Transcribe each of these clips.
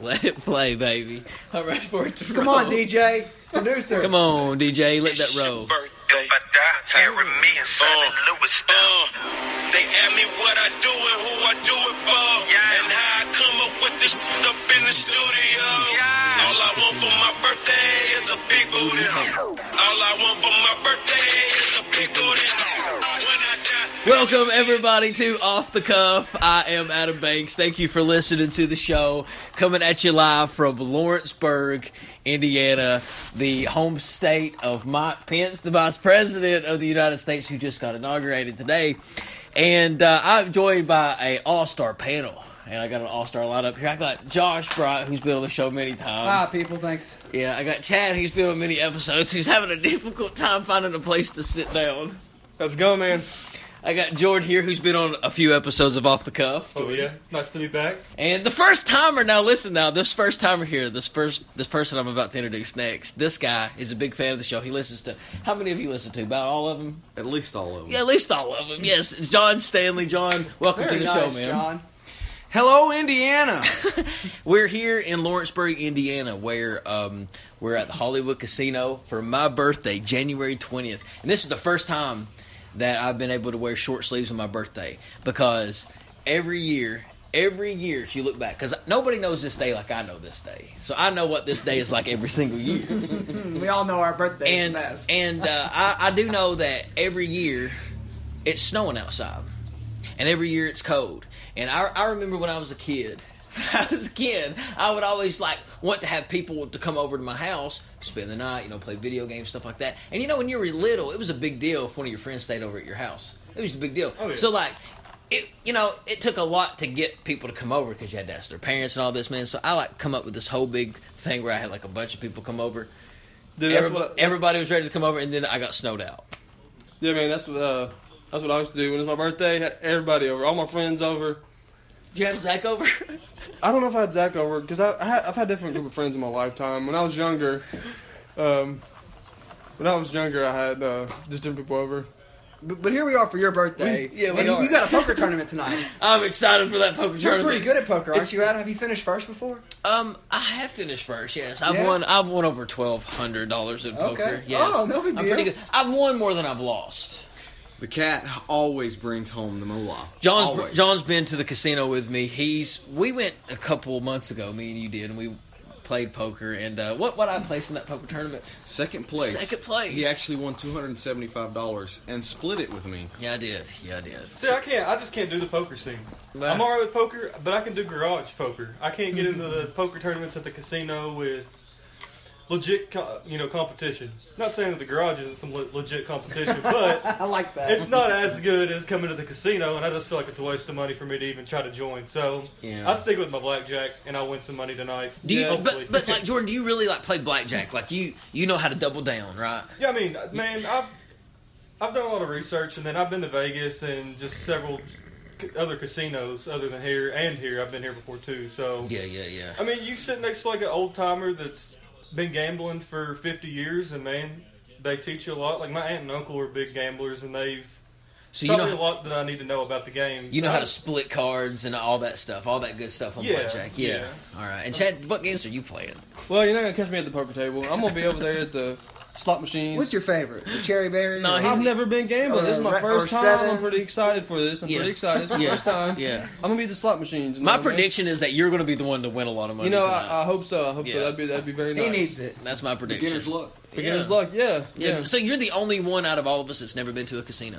Let it play, baby. I'm ready for it to Come roll. on, DJ, producer. Come on, DJ. Let that roll. birthday. If I die, carry me and Simon Uh, Lewis Uh, they ask me what I do and who I do it for, Yeah. and how I come up with this up in the studio. Yeah. All I want for my birthday is a big booty. All I want for my birthday is a big booty. When I die, Welcome everybody to Off the Cuff. I am Adam Banks. Thank you for listening to the show. Coming at you live from Lawrenceburg, Indiana, the home state of Mike Pence, the Vice President of the United States, who just got inaugurated today. And uh, I'm joined by a all-star panel, and I got an all-star lineup here. I got Josh Bright, who's been on the show many times. Hi, people. Thanks. Yeah, I got Chad, who's been on many episodes, who's having a difficult time finding a place to sit down. How's it going, man? I got Jordan here, who's been on a few episodes of Off the Cuff, Oh yeah, it's nice to be back. and the first timer. Now listen, now this first timer here, this first this person I'm about to introduce next. This guy is a big fan of the show. He listens to how many of you listen to? About all of them? At least all of them. Yeah, at least all of them. Yes, John Stanley. John, welcome Very to the nice, show, man. John. Hello, Indiana. We're here in Lawrenceburg, Indiana, where um, we're at the Hollywood Casino for my birthday, January 20th. And this is the first time that I've been able to wear short sleeves on my birthday because every year, every year, if you look back, because nobody knows this day like I know this day. So I know what this day is like every single year We all know our birthday and is best. and uh, I, I do know that every year it's snowing outside, and every year it's cold. And I, I remember when I was a kid. When I was a kid, I would always like want to have people to come over to my house, spend the night, you know, play video games, stuff like that. And you know, when you were little, it was a big deal if one of your friends stayed over at your house. It was a big deal. Oh, yeah. So like. It, you know, it took a lot to get people to come over because you had to ask their parents and all this, man. So I like come up with this whole big thing where I had like a bunch of people come over, Dude, that's Everybody, what. everybody was ready to come over, and then I got snowed out. yeah, man, that's what. Uh, that's what I used to do when it's my birthday. Had everybody over, all my friends over. Did you have Zach over? I don't know if I had Zach over because I, I had, I've had different group of friends in my lifetime. When I was younger, um, when I was younger, I had uh, just different people over. But, but here we are for your birthday. We- yeah, we and you- are. You got a poker tournament tonight. I'm excited for that poker You're tournament. pretty good at poker, aren't you, Adam? Have you finished first before? Um, I have finished first. Yes, I've Yeah? won. I've won over twelve hundred dollars in poker. Okay. Yes. Oh, no big I'm pretty deal. good. I've won more than I've lost. the cat always brings home the moolah. John's always. John's been to the casino with me. He's we went a couple months ago. Me and you did, and we played poker. And uh, what what I placed in that poker tournament? second place. Second place. He actually won two hundred and seventy-five dollars and split it with me. Yeah, I did. Yeah, I did. See, I can't. I just can't do the poker scene. Nah. I'm alright with poker, but I can do garage poker. I can't get into the poker tournaments at the casino with legit, co- you know, competition. Not saying that the garage isn't some le- legit competition, but I like that. it's not as good as coming to the casino, and I just feel like it's a waste of money for me to even try to join. So Yeah. I stick with my blackjack, and I win some money tonight. Do you, yeah, hopefully. but, but like Jordan, do you really like play blackjack? Like you you know how to double down, right? Yeah, I mean, man, I've I've done a lot of research, and then I've been to Vegas and just several c- other casinos other than here and here. I've been here before too. So Yeah, yeah, yeah. I mean, you sit next to like an old timer that's been gambling for fifty years, and man, they teach you a lot. Like my aunt and uncle are big gamblers, and they've So you taught know me a how- lot that I need to know about the game. You know So how I- to split cards and all that stuff, all that good stuff on Yeah, blackjack. Yeah. yeah. All right. And Chad, what games are you playing? Well, you're not gonna catch me at the poker table. I'm gonna be over there at the slot machines. What's your favorite? The cherry berry? No, or- he's- I've never been gambling. This is Or- my or first time. seven. i I'm pretty excited for this. I'm Yeah. pretty excited. It's my Yeah. first time. Yeah. I'm gonna be at the slot machines. you My know what I mean? prediction is that you're going to be the one to win a lot of money. You know, uh, tonight. I, I hope so. I hope Yeah. so. That'd be that'd be very nice. he needs it. that's my prediction. Beginner's luck. Beginner's Yeah. luck. Yeah. Yeah. yeah. So you're the only one out of all of us that's never been to a casino.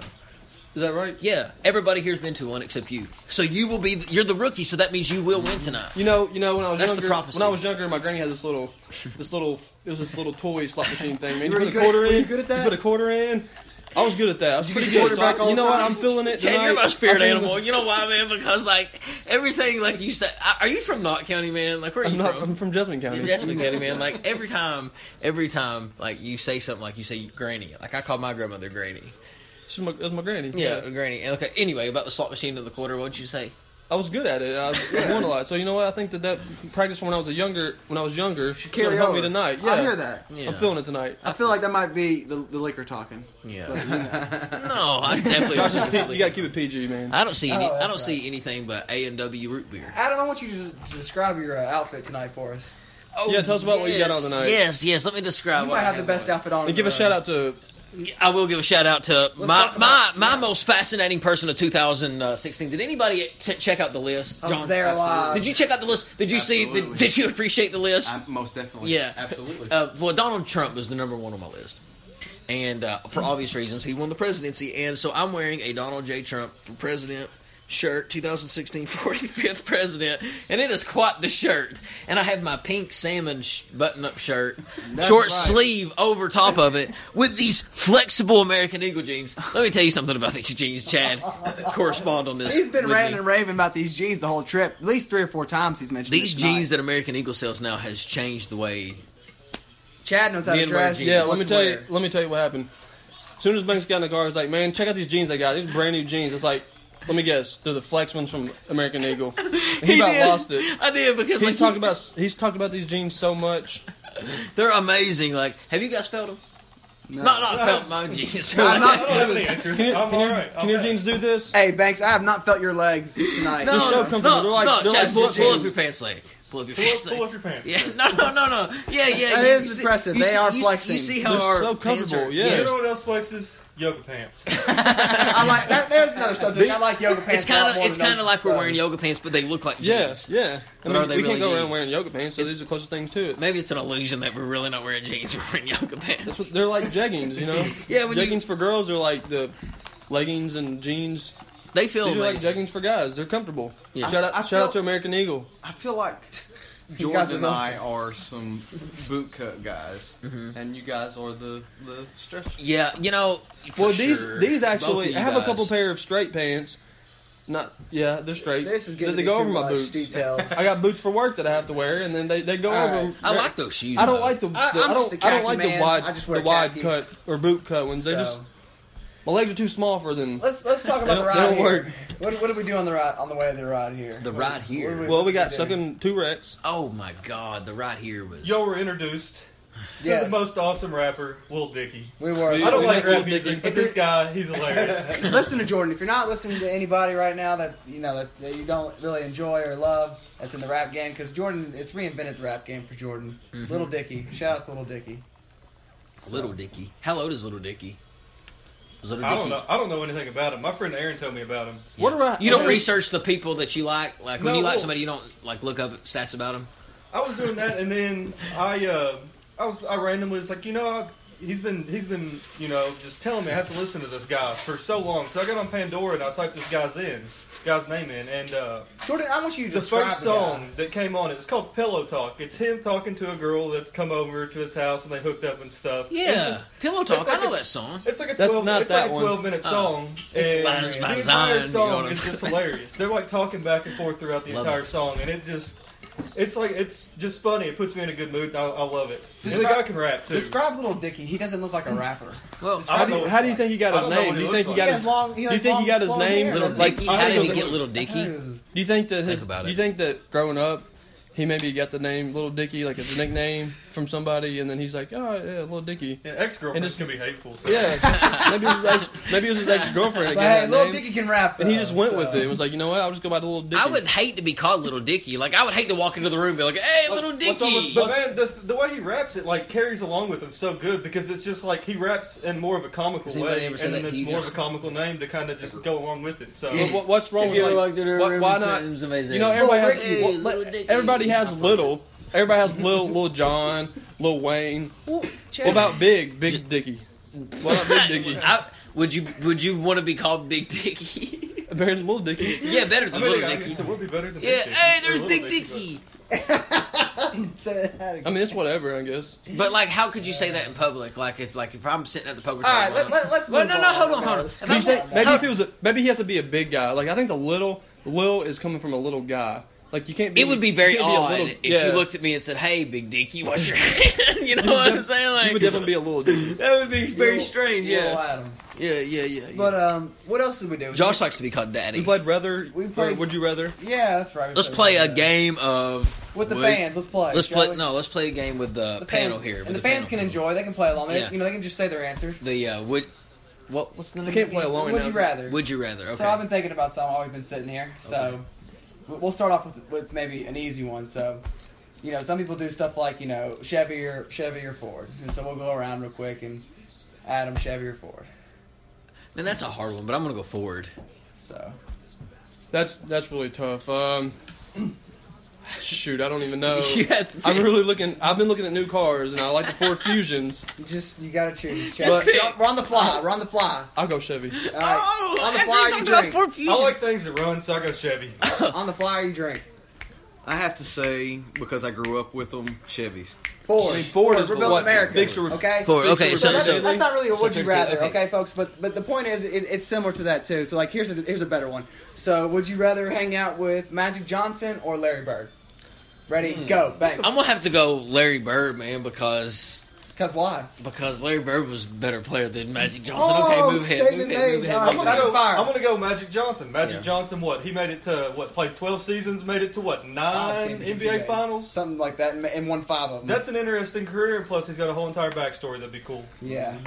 Is that right? Yeah. Everybody here's been to one except you. So you will be. You're the rookie. So that means you will win tonight. You know, you know when I was That's the younger, prophecy. when I was younger, my granny had this little, this little, it was this little toy slot machine thing. Man, Were you put you a good- quarter were in. you good at that? put a quarter in. I was good at that. I was you pretty get good. So I- quarterback all you know the what? time? I'm feeling it Chad, tonight. you're my spirit I'm feeling- animal. You know why, man? Because like everything, like you said, I- are you from Knott County, man? Like where are I'm you not. from? I'm from Jesmond County. Yeah, that's what Granny man. Like every time, every time, like you say something, like you say Granny. Like I call my grandmother Granny. Uh, She's my, that's my granny. Yeah, Granny. And okay, anyway, about the slot machine in the quarter, what'd you say? I was good at it. I won a lot. So you know what? I think that that practice from when I was a younger when I was younger should Carry help over. me tonight. Yeah, I hear that. Yeah. I'm feeling it tonight. I feel like that might be the, the liquor talking. Yeah. no, I definitely. Josh, it's P- you gotta keep it PG, man. I don't see any. Oh, that's I don't right. see anything but A and W root beer. Adam, I want you to, s- to describe your uh, outfit tonight for us. Oh, Yeah, tell us about what you got yes, on tonight. Yes, yes. Let me describe. You what might I have the had best on. outfit on. And give a uh, shout out to I will give a shout out to my talk my, about- my yeah. most fascinating person of 2016. Did anybody t- check out the list? I was there live. Did you check out the list? Did you see? Did, Absolutely. did you appreciate the list? I, most definitely. Yeah, Absolutely. Uh, well, Donald Trump was the number one on my list, and uh, for obvious reasons, he won the presidency, and so I'm wearing a Donald J. Trump for president shirt, 2016 45th president, and it is quite the shirt. And I have my pink salmon sh- button-up shirt, short right. sleeve over top of it, with these flexible American Eagle jeans. Let me tell you something about these jeans, Chad. Correspond on this. He's been with ranting me. and raving about these jeans the whole trip. At least three or four times he's mentioned These it tonight. jeans that American Eagle sells now has changed the way Chad knows how to Men wear dress. jeans. yeah. what Let me to tell you. wear. Let me tell you what happened. soon as Banks got in the car, he's like, "Man, check out these jeans they got. These brand new jeans." It's like, let me guess, they're the flex ones from American Eagle. And He, about did. lost it. I did because He's like, talked about he's talked about these jeans so much. They're amazing. Like, have you guys felt them? No. Not, not felt my own jeans. I'm I not- don't have any interest. Can, your- I'm can your- alright. can your jeans do this? Hey Banks, I have not felt your legs tonight. no, so no, comfortable. no, They're like- no, they're Chad, like pull, sweatpants. pull up your pants leg. Pull up your Pull, pants pull leg. up your pants. Yeah, no, no, no, no. Yeah, yeah. That you- is you see- impressive. you They see- are you see- flexing. You see how They're our so pants comfortable, are- yeah. You Yes. know what else flexes? Yoga pants. I like that. There's another subject. I like yoga pants. It's a lot kind of more it's than kind of those like we're wearing clothes. yoga pants, but they look like jeans. Yes, yeah. I But mean, are they we really can't go around jeans? wearing yoga pants, so It's- these are closer things to it. Maybe it's an illusion that we're really not wearing jeans. We're wearing yoga pants. That's what they're like jeggings, you know. Yeah, when you- jeggings for girls are like the leggings and jeans. They feel These are like amazing. jeggings for guys. They're comfortable. Yeah. Shout out, I- I shout feel- out to American Eagle. I feel like You guys Jordan are and both- I are some bootcut guys, and you guys are the the stretch. Yeah, you know. for well, these sure, these both of actually you I have a couple guys. pair of straight pants. Not yeah, they're straight. This is getting good. They to go be over too my much boots. details. I got boots for work that I have to wear, and then they, they go All over. right. I like those shoes. I don't though. like the, I- the- I'm I don't just a I don't khaki like man. the wide I just wear the wide khakis. cut or boot cut ones. They So, just my legs are too small for them. let's let's talk They about don't- the they ride don't here. work. What, what did we do on the ride on the way to the ride here? the right What do here. we- Well, we got Yeah. stuck in two wrecks. Oh my god, the right here was. Y'all were introduced to Yes, the most awesome rapper, Lil Dicky. we were. We- I don't we like like Lil rap music, Dicky. but this guy, he's hilarious. listen to Jordan. If you're not listening to anybody right now that you know that, that you don't really enjoy or love, that's in the rap game because Jordan, it's reinvented the rap game for Jordan. Mm-hmm. Little Dicky, shout out to Little Dicky. Little Dicky. How old is Little Dicky? Is Little I don't know. I don't know anything about him. My friend Aaron told me about him. What do I- You don't okay. research the people that you like. Like when No, you like well- somebody, you don't like look up stats about them. I was doing that, and then I, uh, I was, I randomly was like, you know, I, he's been, he's been, you know, just telling me I have to listen to this guy for so long. So I got on Pandora and I typed this guy's in, guy's name in, and uh, Jordan, I want you to the describe first the guy. song that came on it was called Pillow Talk. It's him talking to a girl that's come over to his house and they hooked up and stuff. Yeah, It's, just- Pillow Talk. like I know a- that song. it's like a That's twelve. not it's that like a one. twelve minute song, and Oh. It's the by entire Zion, you know what song I'm is just saying? hilarious. They're like talking back and forth throughout the Love entire it. song, and it just. It's like it's just funny. It puts me in a good mood. And I, I love it. This Describe- guy can rap too. Describe Little Dicky. He doesn't look like a rapper. Well, I How don't do know you, what how it's do you like. think he got I his don't know name? what Do he you think he got looks like. He his? has long- he do you has think long he got his flowing name? hair, Little doesn't he? Dicky. I How think did it he was- get Little I heard Dicky? it was- Do you think that his? Think about do you it. think that growing up, he maybe got the name Little Dicky like as a nickname from somebody, and then he's like, oh yeah, Little Dicky. Yeah, ex And girlfriends it's- can be hateful. So. Yeah, maybe it was his ex, maybe it was his ex girlfriend. But hey, Little Little Dicky can rap. and he though, just went so- with it. It was like, you know what? I'll just go by the Little Dicky. I would hate to be called Little Dicky. Like I would hate to walk into the room and be like, "Hey, Little What's up with- Dicky." But man, the, the way he raps it like carries along with him so good because it's just like he raps in more of a comical Has anybody way, ever and said then that it's to you, more of a Jeff? comical name to kind of just go along with it. So But what- what's wrong If with you like, walked into a why, room why and not? said it was amazing. You know, everybody Well, has Ricky, well, let- Little Dicky. everybody has little. Everybody has little little John, little Wayne. Chad, What about big big Dicky? What about big Dicky? I, would you Would you want to be called Big Dicky? Better than little Dicky. yeah, better I than mean, Little I Dicky. guess it would be better than Yeah, Big Dicky. hey, Or there's Little Big but- Dicky. say that again? I mean, it's whatever, I guess. But like, how could you say that in public? Like, if like if I'm sitting at the poker table, All right, let- let- let's Well, move no, no, on. hold on, hold on. Let's If keep I'm saying- sitting- Maybe hold- if he was, a, maybe he has to be a big guy. Like I think the little little is coming from a little guy. Like you can't. Be, It would be very you can't odd a little- if yeah. you looked at me and said, "Hey, big dicky, wash your hand." You know what I'm saying? Like You would definitely be a little dude. that would be very Little- strange. Little Yeah. Adam. yeah, yeah, yeah, yeah. But um, what else did we do? Josh likes to be called daddy. We played rather. We or played- Would you rather? Yeah, that's right. we Let's play played a that. game of with the would- fans. Let's play. Let's shall play. we? No, let's play a game with the, The fans- panel here. with and the, fans panel. can enjoy. They can play along. They, Yeah. You know, they can just say their answer. the uh, would what what's the name? I can't play along Would now. you rather? Would you rather? Okay. So I've been thinking about some while we've been sitting here. So w we'll start off with, with maybe an easy one. So, you know, some people do stuff like you know Chevy or Chevy or Ford, and so we'll go around real quick and Adam Chevy or Ford. Man, that's a hard one, but I'm gonna go forward. So That's that's really tough. Um, shoot, I don't even know. You have to I'm pick. really looking. I've been looking at new cars, and I like the Ford Fusions. you just you gotta choose. Chevy. But- So, we're on the fly. We're on the fly. I'll go Chevy. All right. on the after fly you you talked drink. Ford I like things that run, so I go Chevy. Oh! on the fly you drink. I have to say because I grew up with them, Chevys. Ford. I mean, Ford is we're building what America. Big Sur- okay. Ford, okay, So, so- that's, so- that's not really a so would you there's the- rather, okay. okay. folks. But but the point is, it, it's similar to that too. So like, here's a here's a better one. So would you rather hang out with Magic Johnson or Larry Bird? Ready, go, bang. I'm gonna have to go Larry Bird, man, because Because why? because Larry Bird was a better player than Magic Johnson. Oh, okay, move ahead, move statement ahead, move made. ahead. All I'm move gonna, ahead. go, fire. I'm gonna go Magic Johnson. Magic Yeah. Johnson, what? He made it to, what, played 12 seasons, made it to, what, Five Oh, nine championships NBA he made. finals? something like that, and, and won five of them. That's an interesting career, and plus he's got a whole entire backstory that'd be cool. yeah.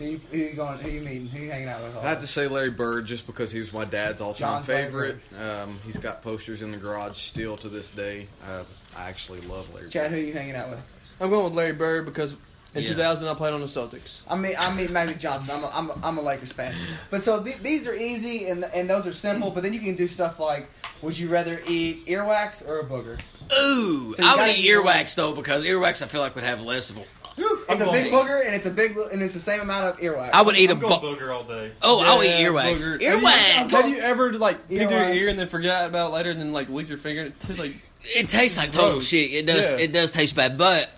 Who, you, who you going? Who you meeting? Who you hanging out with? I have to say Larry Bird just because he was my dad's all-time John's favorite. Um, he's got posters in the garage still to this day. Uh, I actually love Larry. Chad, Bird. who you hanging out with? I'm going with Larry Bird because in Yeah. 2000 I played on the Celtics. I mean, I mean Magic Johnson. I'm a, I'm a, I'm a Lakers fan. But so th- these are easy and and those are simple. But then you can do stuff like, would you rather eat earwax or a booger? Ooh, So you I would gotta eat eat earwax one. though because earwax I feel like would have less of a. It's a I'm big going- booger and it's a big and it's the same amount of earwax. I would eat a. I'm going bu- booger all day. oh, I'll eat Yeah, earwax. booger. Earwax. Have you ever like picked your Earwax. ear and then forgot about it later, and then like licked your finger? It tastes like It tastes like total Gross. shit. It does. Yeah. It does taste bad, but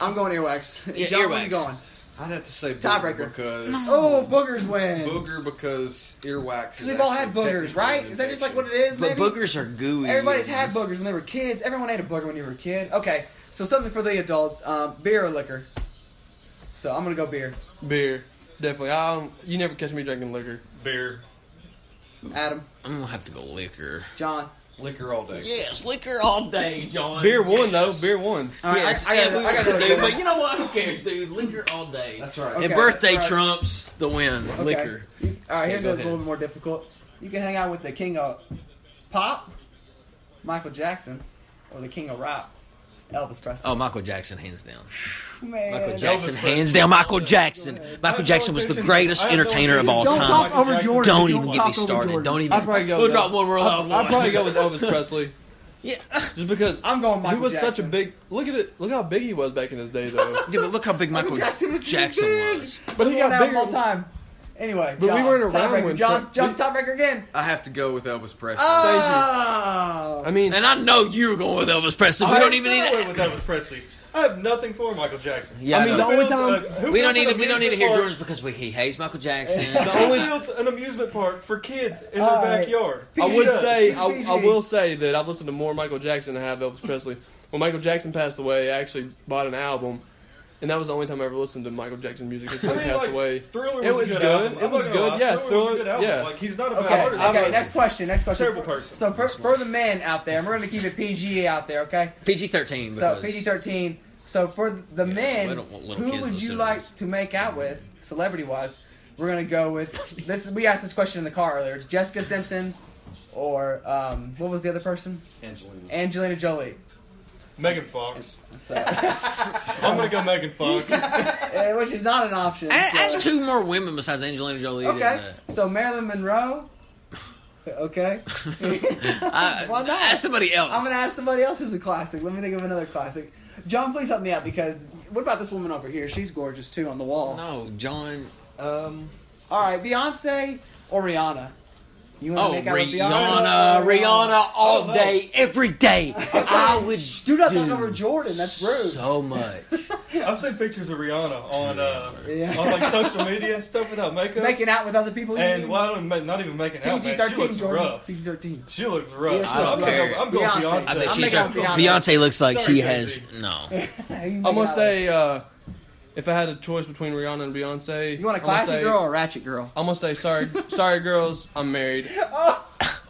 I'm going earwax. Yeah, John, where you earwax. going? I'd have to say Tiebreaker. Booger because Oh, boogers win. Booger because earwax. Because we've all had boogers, right? Is that just like what it is? but Maybe? boogers are gooey. Everybody's had boogers. boogers when they were kids. Everyone ate a booger when you were a kid. Okay, so something for the adults: um, beer or liquor. So I'm gonna go beer. beer. Definitely. I don't, you never catch me drinking liquor. Beer. Adam, I'm gonna have to go liquor. John. Liquor all day. Yes, liquor all day, Oh, John. Beer won Yes. though. Beer won. All right, yes, I, I, gotta, yeah, I gotta go we- to dude, the- but you know what? Who cares, dude? Liquor all day. That's right. Okay, and birthday alright. trumps the win. Okay. Liquor. You- all right, Yeah, here's go a ahead. little more difficult. You can hang out with the king of pop, Michael Jackson, or the king of rap, Elvis Presley. Oh, Michael Jackson, hands down. man. Oh, Michael Jackson, Elvis hands Presley. down. Michael Jackson. Michael have Jackson was the politicians- greatest I have entertainer of all Don't politicians- Tom. talk time. over Michael Jordan. Don't e- You even get me talk over started. Jordan. Don't even. I'd probably go We'll with drop Elvis. one real hard one. I'd probably go with Elvis Presley Yeah. just because I'm going Michael he was Jackson. such a big. Look at it. Look how big he was back in his day though. Yeah, but look how big Michael, Jackson was just Jackson big. was. but he One got out of all bigger. time. Anyway, But we John, weren't around tiebreaker. when John, Chuck- John, tiebreaker again. I have to go with Elvis Presley. Ah! Oh, I mean, And I know you were going with Elvis Presley. We don't even need Exactly to. what that was Presley. I have nothing for Michael Jackson. Yeah, I I mean know. the only Who time. builds a- uh, who We don't builds need an to. We don't need to hear amusement Jordan's because we, he hates Michael Jackson. park- Who builds an amusement park for kids in their All right. backyard? I would Yes. say I, PG. I will say that I've listened to more Michael Jackson than I have Elvis Presley. When Michael Jackson passed away, I actually bought an album, and that was the only time I ever listened to Michael Jackson music until I he mean, passed like, away. Thriller was, It a was good. good. Album. It I'm was not good. gonna lie. Yeah, Thriller was a Thriller- good album. yeah. Like he's not a bad Okay, artist. okay. Next question. Next question. Terrible person. So for, for the men out there, and we're going to keep it PG out there, okay? PG thirteen. So PG thirteen. So for the we men, don't want little who kids would you listening to like this. to make out with, celebrity wise? We're gonna go with this. We asked this question in the car earlier. Jessica Simpson, or um, what was the other person? Angelina. Angelina Jolie. Megan Fox. So, I'm gonna go Megan Fox. eh, which is not an option. so- Ask two more women besides Angelina Jolie. Okay. than, uh, So Marilyn Monroe. Okay. I, Why not? Ask somebody else. I'm gonna ask somebody else who's a classic. Let me think of another classic. John, please help me out because what about this woman over here? She's gorgeous too on the wall. No, John. Um, All right, Beyonce or Rihanna? You want to Oh, make out with Rihanna, Rihanna, all day, every day. I would Do not do talk over Jordan. That's rude. so much. I've seen pictures of Rihanna on uh, Yeah. on like social media and stuff without makeup. Making out with other people. and well, I don't, ma- not even making out. PG Man. She thirteen, looks Jordan. rough. PG thirteen. She looks rough. Yeah, she So looks I'm, rough. going, I'm going Beyonce. Beyonce. I bet I'm she's her. making out with Beyonce looks like Sorry, she has Jay-Z. no. I'm I'm gonna say uh, if I had a choice between Rihanna and Beyonce, You want a I'm gonna classy say- girl or a ratchet girl? I'm gonna say sorry, sorry girls, I'm married. Oh,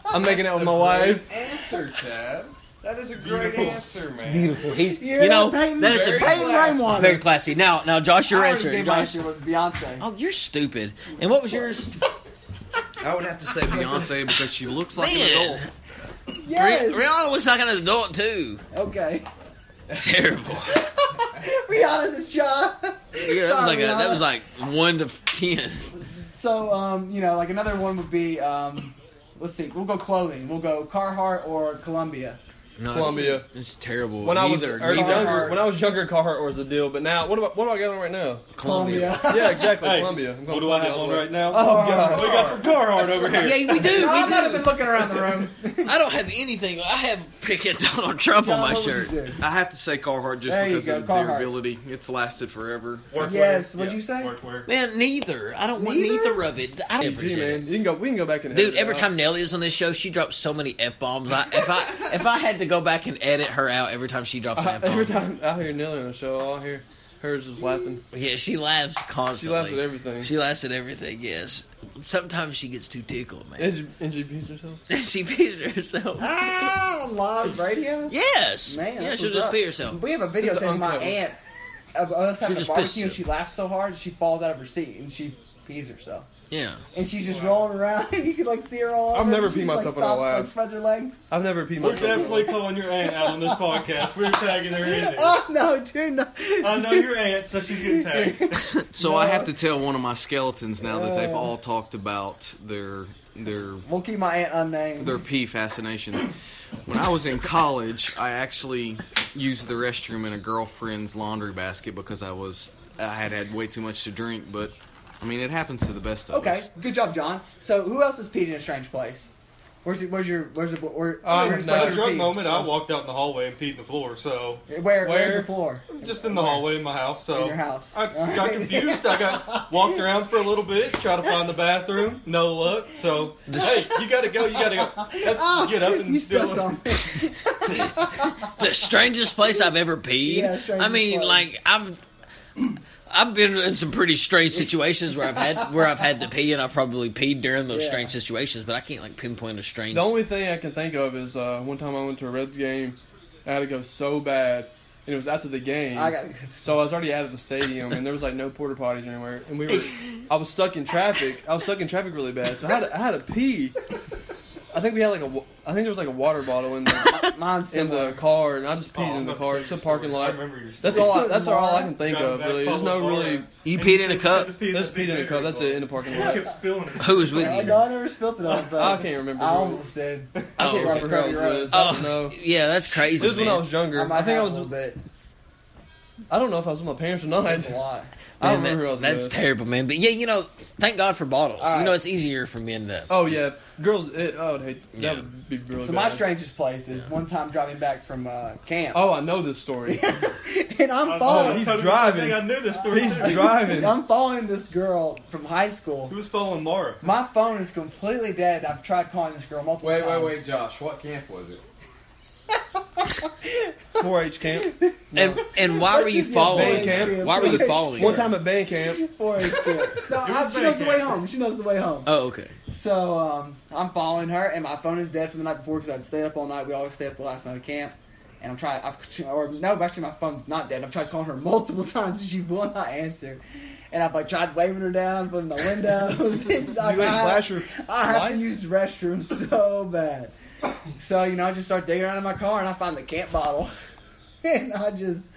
I'm making out with my Great wife. answer, Chad. That is a great answer, man. Beautiful. He's Yeah, you know Peyton- that is a Very very, Peyton classy. Rainwater. classy. Now now Josh, your I already answer. gave my Josh- answer was Beyonce. oh, you're stupid. And what was yours? I would have to say Beyonce because she looks like Man. an adult. yes. Rih- Rihanna looks like an adult too. Okay. Terrible. Rihanna's a child. Yeah, that was Sorry, like a, that Rihanna. was like one to ten. So, um, you know, like another one would be, um, let's see, we'll go clothing. We'll go Carhartt or Columbia. No, it's- Columbia. It's terrible. When I was Neither- or neither- younger, Carhartt. when I was younger, Carhartt was the deal. But now, what about what do I got on right now? Columbia. Yeah, exactly. Hey, Columbia. I'm What going do Columbia I have all on the way. right now? Oh, God. We got some Carhartt over here. Yeah, we do. No, I we might do. have been looking around the room. I don't have anything. I have freaking Donald Trump on John, my what would you shirt. do? I have to say Carhartt just There you because go, of Carhartt. the durability. It's lasted forever. Workwear. Yes, what'd you say? Workwear. Man, neither. I don't want Neither? neither of it. I don't Gee, appreciate it. man, you can go. We can go back and Dude, edit it every out. time Nelly is on this show, she drops so many f bombs. I, if I if I had to go back and edit her out every time she dropped an I, f Uh, every bomb, time I hear Nelly on the show, all I hear hers is laughing. yeah, she laughs She constantly. laughs at everything. She laughs at everything. Yes. Sometimes she gets too tickled, man. And she- and she beats herself. she pees herself. Ah, on live radio? Yes. Man, yeah, that's she'll what's just up. pee herself. We have a This is videotape of my uncovered. aunt of us having a just pissed barbecue and you. she laughs so hard she falls out of her seat and she pees herself. Yeah. And she's just rolling around and you can like see her all I've over. never She peed just, like, myself in my stops, life. Like, spreads her legs. I've never peed We're myself. definitely calling your aunt out on this podcast. We're tagging her in there. Oh, no, do not. I know your aunt, so she's getting tagged. So I have to tell one of my skeletons now that Uh. they've all talked about their their We'll keep my aunt unnamed. their pee fascinations. When I was in college, I actually used the restroom in a girlfriend's laundry basket because I was I had had way too much to drink. But I mean, it happens to the best of Okay, us. good job, John. So, who else has peed in a strange place? Where's your, where's your, where's your, where, Oh, Um, where's at where's a your drunk pee? moment, I walked out in the hallway and peed in the floor. So Oh. Where, where's Where? the floor? just in the hallway in my house. So In your house. I just got confused. I got walked around for a little bit, tried to find the bathroom. No luck. So hey, you gotta go. You gotta go. Let's get up and Ah, You still. stepped on me. The strangest place I've ever peed. Yeah, strangest I mean, place. like I've I've been in some pretty strange situations where I've had where I've had to pee and I probably peed during those Yeah. strange situations, but I can't like pinpoint a strange. The only thing I can think of is uh, one time I went to a Reds game. I had to go so bad, and it was after the game. I got So I was already out of the stadium, and there was like no porta potties anywhere, and we were. I was stuck in traffic. I was stuck in traffic really bad, so I had to, I had to pee. I think we had like a. wa- I think there was like a water bottle in the, mine's in similar. the car, and I just peed Oh, I'm in the about to car. tell It's your a parking story. I lot. remember your story. That's all. I, that's all I can think Driving of. back Really, there's from no the bar. really. You And peed in a cup? said you That's peed in a cup. That's it in the parking lot. You kept spilling it. Who was with I, you? no, I never spilt it on it, but I can't remember I who it almost did. I can't Oh. remember who I was with. I don't know. Oh, yeah, that's crazy. This was when man. I was younger. I, might think I have was. a little bit. I don't know if I was with my parents or not. That's a lot. I don't Man, remember who I was that- That's with. terrible, man. But yeah, you know, thank God for bottles. All You know, right. it's easier for men to. oh yeah, girls. It, I would hate. Yeah. That would be really. So my bad. strangest place is one time driving back from uh, camp, Oh, I know this story. and Oh, I'm following, Oh, he's Totally driving. something. I knew this story. He's too. driving. I'm following this girl from high school. He was following Mara. My phone is completely dead. I've tried calling this girl multiple Wait, wait, times. wait, Josh. What camp was it? 4-H camp. And and why were you band following? camp. Why were you following? One her? time at band camp, Four H camp. No, I, she knows the way home. She knows the way home. Oh, okay. So um, I'm following her, and my phone is dead from the night before because I'd stayed up all night. We always stay up the last night of camp. And I'm trying, I've, or no, actually my phone's not dead. I've tried calling her multiple times, and she will not answer. And I've like tried waving her down from the windows. And, like, you ain't I- flash your I have to lights? use the restroom so bad. So, you know, I just start digging around in my car and I find the camp bottle. and I just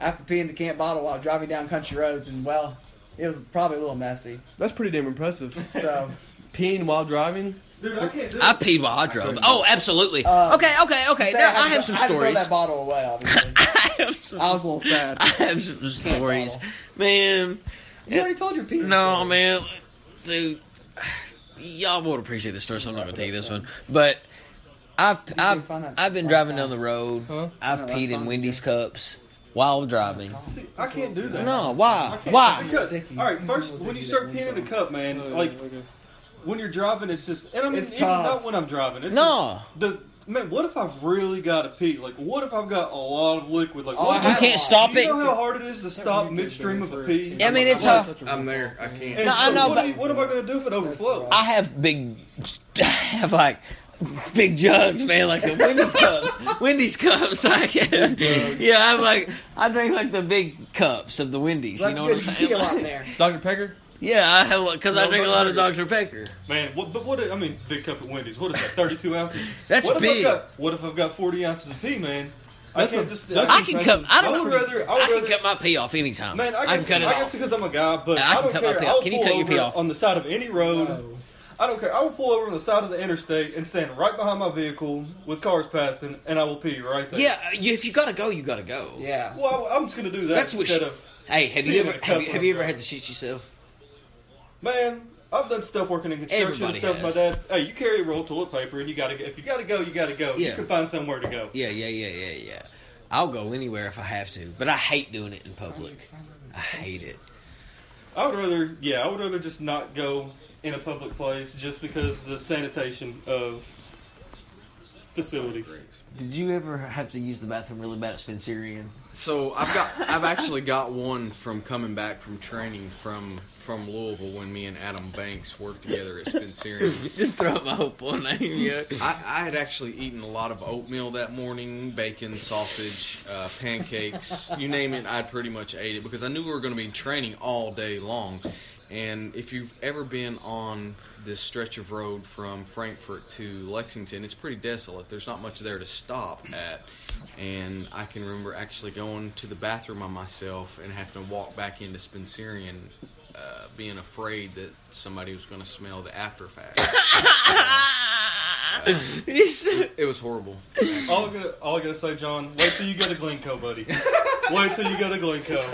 I have to pee in the camp bottle while driving down country roads. And, well, it was probably a little messy. That's pretty damn impressive. So, Peeing while driving. Dude, I can't do I peed while I drove. Oh, absolutely. Uh, okay, okay, okay. Say Now, had I to have some throw- I had to throw stories. that bottle away, obviously. I have some. I was a little sad. I have some stories, man. You already told your penis. No, story. man, dude. y'all won't appreciate this story, so I'm not gonna tell you this one. But I've can I've find that I've been song. driving down the road. Huh? I've No, that peed in song. Wendy's cups while driving. See, I can't do that. No, I why? can't. Why? Because- Dicky. all right, first when you start peeing in a cup, man, like when you're driving, it's just and I mean It's even tough. not when I'm driving. It's No. just the man. What if I've really got to pee? Like, what if I've got a lot of liquid? Like, Oh, what I if You have I- can't stop Do you it. know how hard it is to stop midstream of a pee? Yeah, I mean, it's hard. how- I'm there. I can't. And No, I so know, what, but- do you- what am I going to do if it overflows? I have big, I have like big jugs, man, like the Wendy's cups. Wendy's cups, like yeah, I'm like I drink like the big cups of the Wendy's. You Let's know what I'm get a saying? deal out there. uh, Dr. Pecker? yeah, I have because I drink a lot of Dr Pepper. Man, what, but what? I mean, big cup at Wendy's. What is that? Thirty-two ounces. That's what If big. I've got, what if I've got forty ounces of pee, man? I That's can't a- just. that's I can cut. I don't I would know. rather. I I would can rather. cut my pee off anytime. man, I, I can guess, cut it I guess off. because I'm a guy, but I I, can don't cut my care. pee I'll off. Can you pull cut your over pee off? on the side of any road? No. I don't care. I will pull over on the side of the interstate and stand right behind my vehicle with cars passing, and I will pee right there. Yeah, you, if you gotta go, you gotta go. Yeah. Well, I, am just gonna do that That's what. instead sh- of hey, have you being in ever have a cup you, when have I'm you ever had driving. to shit yourself? Man, I've done stuff working in construction Everybody and stuff. has. My dad, hey, you carry a roll of toilet paper, and you gotta go. If you gotta go, you gotta go. Yeah. You can find somewhere to go. Yeah, yeah, yeah, yeah, yeah. I'll go anywhere if I have to, but I hate doing it in public. I hate it. I would rather, yeah, I would rather just not go in a public place just because the sanitation of facilities. Did you ever have to use the bathroom really bad at Spencerian? So I've got I've actually got one from coming back from training from from Louisville when me and Adam Banks worked together at Spencerian. Just throw out my whole full name, yeah. I, I had actually eaten a lot of oatmeal that morning, bacon, sausage, uh, pancakes, you name it. I pretty much ate it because I knew we were going to be training all day long. And if you've ever been on this stretch of road from Frankfurt to Lexington, it's pretty desolate. There's not much there to stop at. And I can remember actually going to the bathroom by myself and having to walk back into Spencerian, uh, being afraid that somebody was going to smell the after fact. It was horrible. All I gotta, all I gotta say, John, wait till you go to Glencoe, buddy. wait till you go to Glencoe.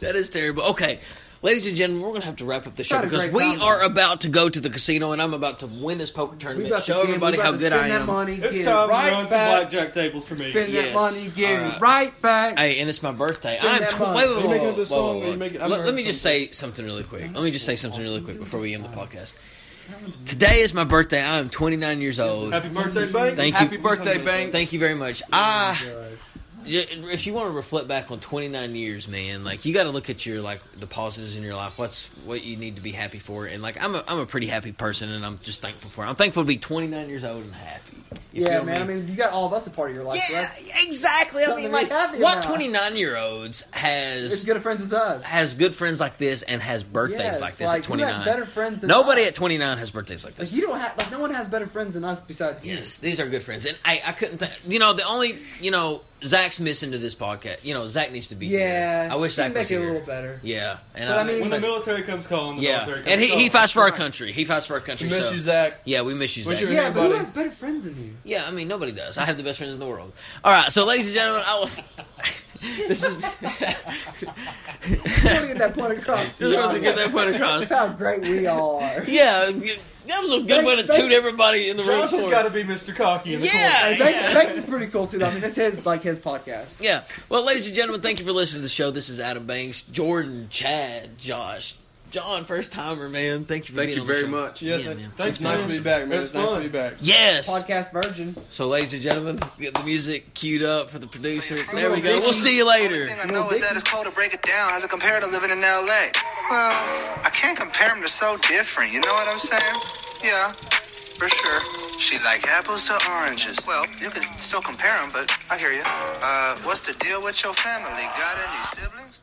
that is terrible. Okay. Ladies and gentlemen, we're going to have to wrap up the show Not a because great we combo. are about to go to the casino and I'm about to win this poker We tournament. about show to get, everybody we about how to good spend I that am. Money, get It's time it to run right some back. blackjack tables for me. Spend Yes. that money, get Uh, it right back. Hey, and it's my birthday. Spend I'm that tw- money. wait, wait, wait, Are you making wait, up this wait, wait, song, or you wait. making- I've Let, never let me heard just say something really quick. Let me just say something really quick before we end the podcast. Today is my birthday. I am 29 years old. Happy birthday, Banks. Thank Happy you. birthday, Banks. Thank you very much. I, y- if you want to reflect back on 29 years, man, like you got to look at your like the positives in your life. What's what you need to be happy for, and like I'm a I'm a pretty happy person, and I'm just thankful for. it. I'm thankful to be 29 years old and happy. You yeah, feel man. me? I mean, you got all of us a part of your life. so yeah, that's- exactly. I something mean, to be like happy what about. 29 year olds as has good of friends as us. has good friends like this and has birthdays Yes, like this at like, who has 29. better friends than Nobody us? at 29 has birthdays like this. Like you don't have like no one has better friends than us besides you. Yes, these are good friends, and I, I couldn't. Th- you know, the only you know Zach's missing to this podcast. You know, Zach needs to be Yeah, here. I wish you Zach can make was it here. a little better. Yeah, and But I, I mean- When the military comes calling, the yeah, military comes and he, he calling. fights for our country. He fights for our country. We miss so- you, Zach. Yeah, we miss you, What's Zach. your- Yeah, but who Anybody- has better friends than you? Yeah, I mean nobody does. I have the best friends in the world. All right, so ladies and gentlemen, I was. this is. You want to get that point across. Just wanted to get that point across. That's how great we all are. Yeah, that was a good Thank- way to thank- toot everybody in the room. Josh has for. got to be Mr. Cocky in the Yeah. corner. Banks, Banks is pretty cool too. Though. I mean, that's his like his podcast. Yeah. Well, ladies and gentlemen, thank you for listening to the show. This is Adam Banks, Jordan, Chad, Josh, John, first timer, man. Thank you for being Thank you on the very show. much. Yeah, Yeah, th- man. thanks. It's Nice fun. to be back, man. It's It's nice to fun. be back. Yes. Podcast Virgin. So, ladies and gentlemen, get the music queued up for the producer. So There we go. We'll see you later. Only thing I know is that it's cold to break it down. How's it compare to living in LA? Well, I can't compare them. They're so different. You know what I'm saying? Yeah, for sure. She like apples to oranges. Well, you can still compare them, but I hear you. Uh, what's the deal with your family? Got any siblings?